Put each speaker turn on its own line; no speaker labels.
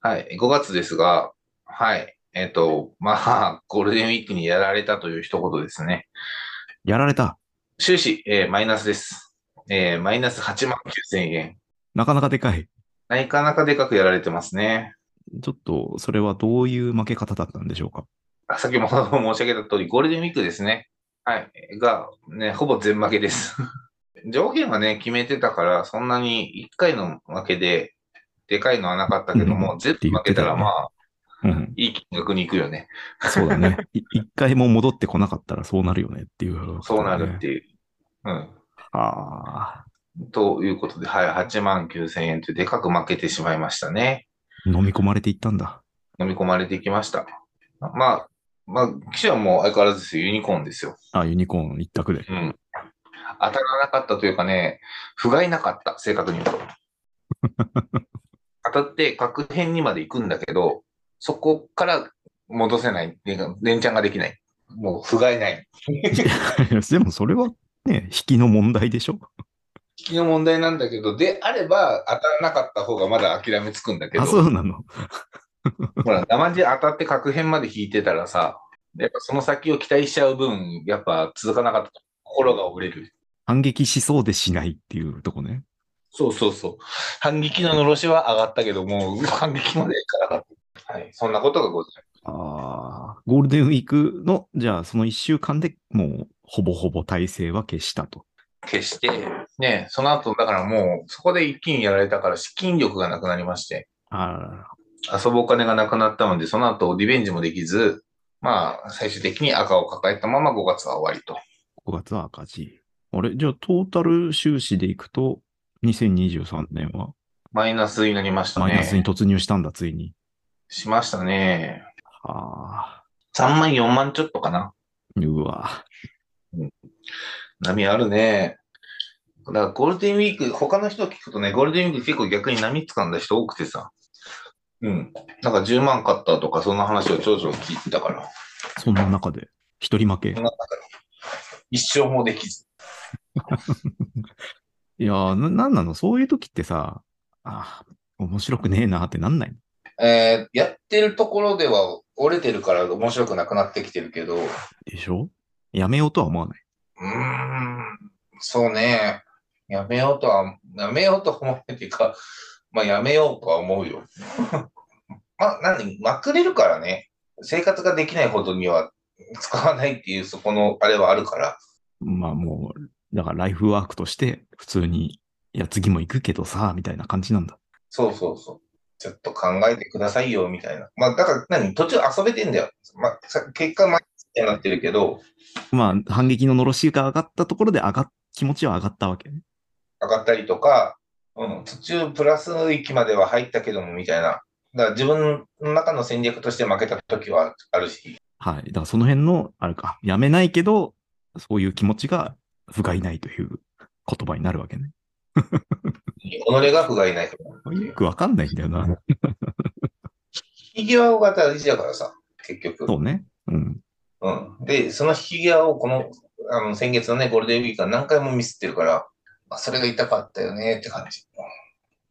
はい、5月ですが、はい、えっと、まあ、 ゴールデンウィークにやられたという一言ですね。
やられた。
収支、えーマイナスです。えーマイナス8万9000円。
なかなかでかい。
なかなかでかくやられてますね。
ちょっと、それはどういう負け方だったんでしょうか。
あ先ほども申し上げた通り、ゴールデンウィークですね。はい。が、ね、ほぼ全負けです。 上限はね、決めてたから、そんなに1回の負けで、でかいのはなかったけども、全部負けたら、まあ、
うん、
いい金額に行くよね。
そうだね。い一回も戻ってこなかったらそうなるよねっていう、
そうなるっていう。うん。
ああ、
ということで、はい、8万9000円というでかく負けてしまいましたね。
飲み込まれていったんだ。
飲み込まれていきました。まあ、まあ、記者はもう相変わらずですよユニコーンですよ。
あユニコーン一択で。
うん。当たらなかったというかね、不甲斐なかった、正確に言うと。 当たって、各編にまで行くんだけど、そこから戻せない。連連チャンができない。もう、不甲斐ない。
でもそれはね、引きの問題でしょ。
引きの問題なんだけど、であれば、当たらなかった方がまだ諦めつくんだけど。
あ、そうなの。
ほら、生地当たって各編まで引いてたらさ、やっぱその先を期待しちゃう分、やっぱ続かなかった。心が折れる。
反撃しそうでしないっていうとこね。
そうそうそう。反撃ののろしは上がったけど、もう反撃までいかなかった。はい。そんなことがございます。
ああ、ゴールデンウィークの、じゃあその一週間でもうほぼほぼ体制は消したと。
決して、ね、その後、だからもう、そこで一気にやられたから、資金力がなくなりまして、
あららら
遊ぶお金がなくなったので、その後、リベンジもできず、まあ、最終的に赤を抱えたまま5月は終わりと。
5月は赤字。あれじゃあトータル収支でいくと、2023年は
マイナスになりましたね。
マイナスに突入したんだ、ついに。
しましたね。
ああ、
3万、4万ちょっとかな。
うわ。
波あるね。だからゴールデンウィーク、他の人を聞くとね、ゴールデンウィーク結構逆に波つかんだ人多くてさ。うん。なんか10万買ったとか、そんな話をちょ々聞いてたから。
そんな中で、一人負け
そん。な中で一生もできず。
いやー、な、なんなのそういう時ってさ、あー面白くねえなーってなんない
えーやってるところでは折れてるから面白くなくなってきてるけど、う
でしょやめようとは思わない。
ーん、そうね。やめようとは、やめようとは思うっていうか、 まあやめようとは思うよ。 まあ、何まくれるからね。生活ができないほどには使わないっていう、そこのあれはあるから。
まあもう、だからライフワークとして、普通に、いや、次も行くけどさ、みたいな感じなんだ。
そうそうそう。ちょっと考えてくださいよ、みたいな。まあ、だから何、途中遊べてんだよ。まあ、さ結果、マイナスになってるけど、
まあ、反撃ののろしが上がったところで上がっ、気持ちは上がったわけね。
上がったりとか、うん、途中プラス域までは入ったけども、みたいな。だから自分の中の戦略として負けた時はあるし、
はい。だからその辺の、あれか、やめないけど、そういう気持ちが不甲斐ないという言葉になるわけね。
己が不甲斐ないと思うってい
よ
う。
くわかんないんだよな。
引き際が大事だからさ、結局。
そうね。うん。
うん。で、その引き際をこの、あの、先月のね、ゴールデンウィークは何回もミスってるから、あそれが痛かったよねって感じ。